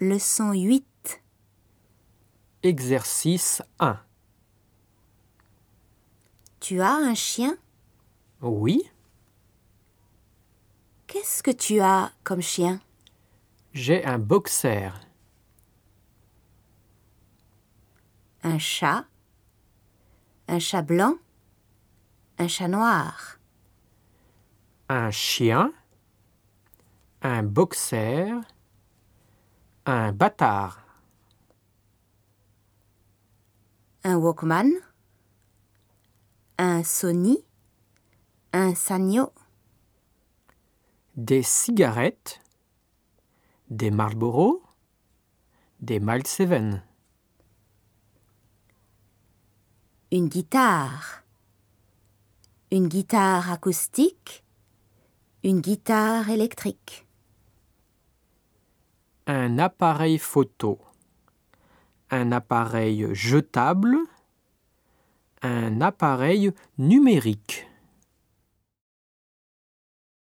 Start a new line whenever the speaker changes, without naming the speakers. Leçon 8.
Exercice 1.
Tu as un chien
Oui,
Qu'est-ce que tu as comme chien
j'ai un boxer.
Un chat Un chat blanc Un chat noir
un chien, un boxer, un bâtard,
Un Walkman Un Sony Un Sanyo
des cigarettes, des Marlboro, des Miles Seven,
Une guitare Une guitare acoustique Une guitare électrique
un appareil photo, un appareil jetable, un appareil numérique.